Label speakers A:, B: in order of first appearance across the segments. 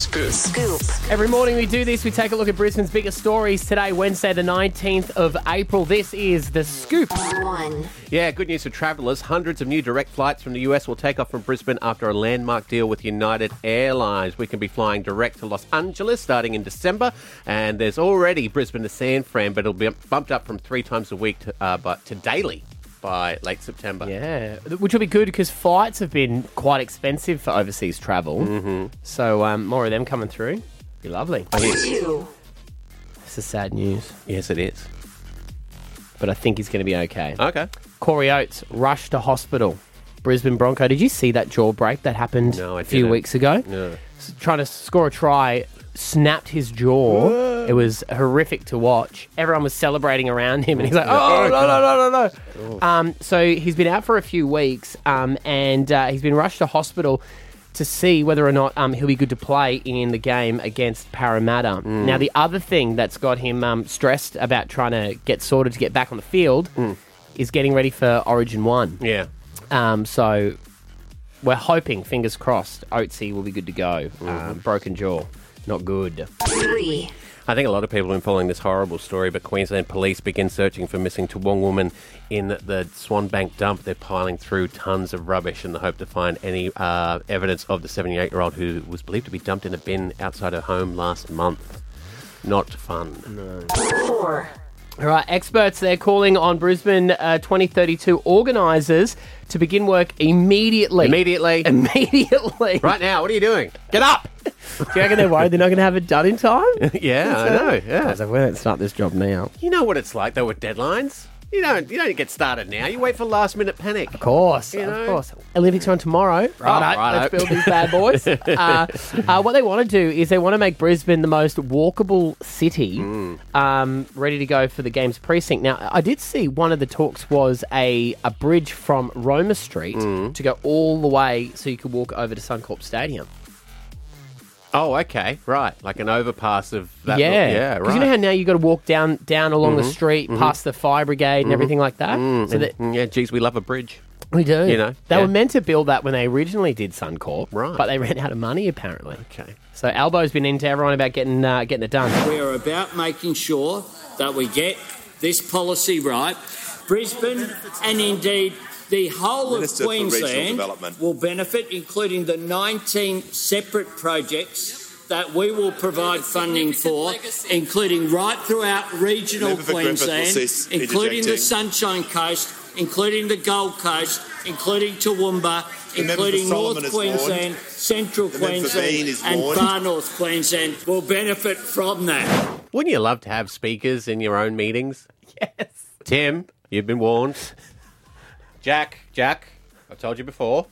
A: Scoop.
B: Scoop.
C: Every morning we do this, we take a look at Brisbane's biggest stories. Today, Wednesday, the 19th of April, this is The Scoop.
B: One.
A: Yeah, good news for travellers. Hundreds of new direct flights from the US will take off from Brisbane after a landmark deal with United Airlines. We can be flying direct to Los Angeles starting in December, and there's already Brisbane to San Fran, but it'll be bumped up from three times a week to, uh, but to daily by late September.
C: Yeah, which will be good because flights have been quite expensive for overseas travel. Mm-hmm. So, um, more of them coming through. Be lovely.
B: Two.
C: This is sad news,
A: Yes, it is.
C: but I think he's going to be okay.
A: Okay.
C: Corey Oates rushed to hospital. Brisbane Bronco. Did you see that jaw break that happened
A: No, I
C: a few
A: didn't.
C: weeks ago?
A: No.
C: S- Trying to score a try, snapped his jaw. It was horrific to watch. Everyone was celebrating around him, and he's like, "Oh no, no, no, no, no!" Um, so he's been out for a few weeks, um, and uh, he's been rushed to hospital to see whether or not um, he'll be good to play in the game against Parramatta. Now, the other thing that's got him um, stressed about trying to get sorted to get back on the field is getting ready for Origin One.
A: Yeah.
C: Um, so we're hoping, fingers crossed, Oatsy will be good to go. Um, broken jaw, not good.
B: Three.
A: I think a lot of people have been following this horrible story, but Queensland police begin searching for missing Toowong woman in the Swanbank dump. They're piling through tons of rubbish in the hope to find any uh, evidence of the 78 year old who was believed to be dumped in a bin outside her home last month. Not fun.
B: Four.
C: All right, experts, they're calling on Brisbane uh, 2032 organisers to begin work immediately.
A: Immediately.
C: Immediately.
A: right now, what are you doing? Get up!
C: Do you reckon they're worried they're not going to have it done in time?
A: yeah, I know.
C: I
A: Yeah.
C: was like, we don't start this job now.
A: You know what it's like, though, with deadlines. You don't, you don't get started now. You wait for last minute panic.
C: Of course,
A: You
C: of
A: know?
C: course. Olympics are on tomorrow.
A: Oh,
C: Right,
A: righto.
C: let's build these bad boys. uh, uh, what they want to do is they want to make Brisbane the most walkable city,
A: Mm.
C: um, ready to go for the games precinct. Now, I did see one of the talks was a a bridge from Roma Street
A: Mm.
C: to go all the way, so you could walk over to Suncorp Stadium.
A: Oh, okay. Right. Like an overpass of that.
C: yeah,
A: yeah,
C: 'Cause
A: right. Mm-hmm.
C: you know how now you got to walk down down along the street past the fire brigade and everything like that. So that
A: Mm, yeah, geez, we love a bridge.
C: we do.
A: You know,
C: they
A: yeah.
C: were meant to build that when they originally did Suncorp,
A: Right.
C: But they ran out of money apparently.
A: Okay.
C: So Albo's been into everyone about getting uh, getting it done.
D: We are about making sure that we get this policy right. Brisbane and indeed the whole
E: Minister
D: of
E: for Regional
D: Queensland
E: Development.
D: will benefit, including the 19 separate projects that we will provide funding for, including right throughout regional
E: Member for Griffith will
D: Queensland,
E: cease
D: including the
E: interjecting.
D: Sunshine Coast, including the Gold Coast, including Toowoomba,
E: member for
D: including
E: Solomon
D: North
E: is warned.
D: Queensland, Central
E: The member for Bean
D: Queensland
E: is
D: and
E: warned.
D: far North Queensland will benefit from that.
A: Wouldn't you love to have speakers in your own meetings?
C: Yes.
A: Tim, you've been warned. Jack, Jack, I've told you before.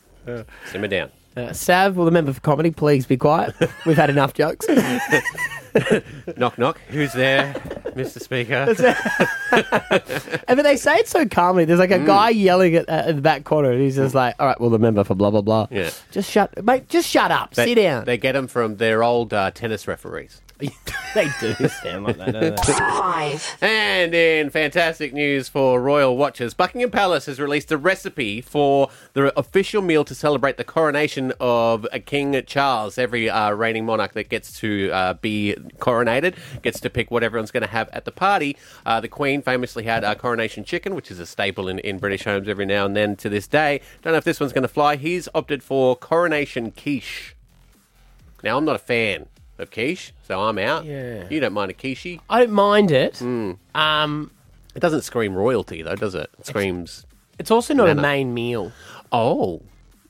A: Simmer down.
C: Uh, Sav, will the member for comedy please be quiet? We've had enough jokes. Uh,
A: Knock, knock. Who's there, Mr. Speaker?
C: And but they say it so calmly. There's like a
A: Mm.
C: guy yelling at, uh, in the back corner, and he's just like, "All right, well, the member for blah blah blah.
A: Yeah.
C: Just shut, mate. Just shut up.
A: They-
C: Sit down.
A: They get them from their old uh, tennis referees.
C: they do sound like that. Don't they?
B: Five.
A: And in fantastic news for royal watchers, Buckingham Palace has released a recipe for the official meal to celebrate the coronation of uh, King Charles. Every uh, reigning monarch that gets to uh, be coronated gets to pick what everyone's going to have at the party. Uh, the Queen famously had uh, coronation chicken, which is a staple in, in British homes every now and then to this day. Don't know if this one's going to fly. He's opted for coronation quiche. Now, I'm not a fan of quiche, so I'm out.
C: Yeah.
A: You don't mind a quiche.
C: I don't mind it.
A: Mm.
C: Um,
A: It doesn't scream royalty though, does it? It screams
C: it's also not
A: Nana.
C: a main meal.
A: oh.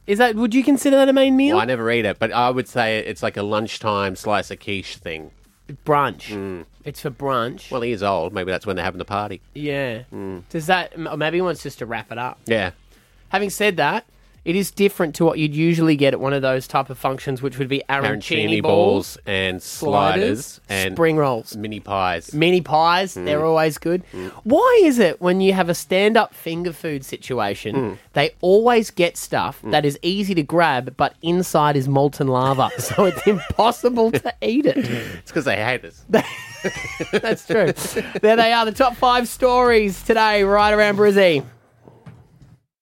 C: Is that? Would you consider that a main meal?
A: Well, "Oh, I never eat it, but I would say it's like a lunchtime slice of quiche thing.
C: brunch. It's for brunch.
A: Mm. Well, mm. he is old. Maybe that's when they're having the party.
C: yeah. Does that? Or maybe he wants just to wrap it up.
A: Yeah.
C: Having said that, it is different to what you'd usually get at one of those type of functions, which would be arancini
A: Arancini
C: balls,
A: balls and sliders, and
C: spring rolls,
A: mini pies.
C: mini pies. They're always good. Why is it when you have a stand-up finger food situation, they always get stuff that is easy to grab, but inside is molten lava, so it's impossible to eat it.
A: It's because they hate us.
C: That's true. there they are, the top five stories today, right around Brizzy.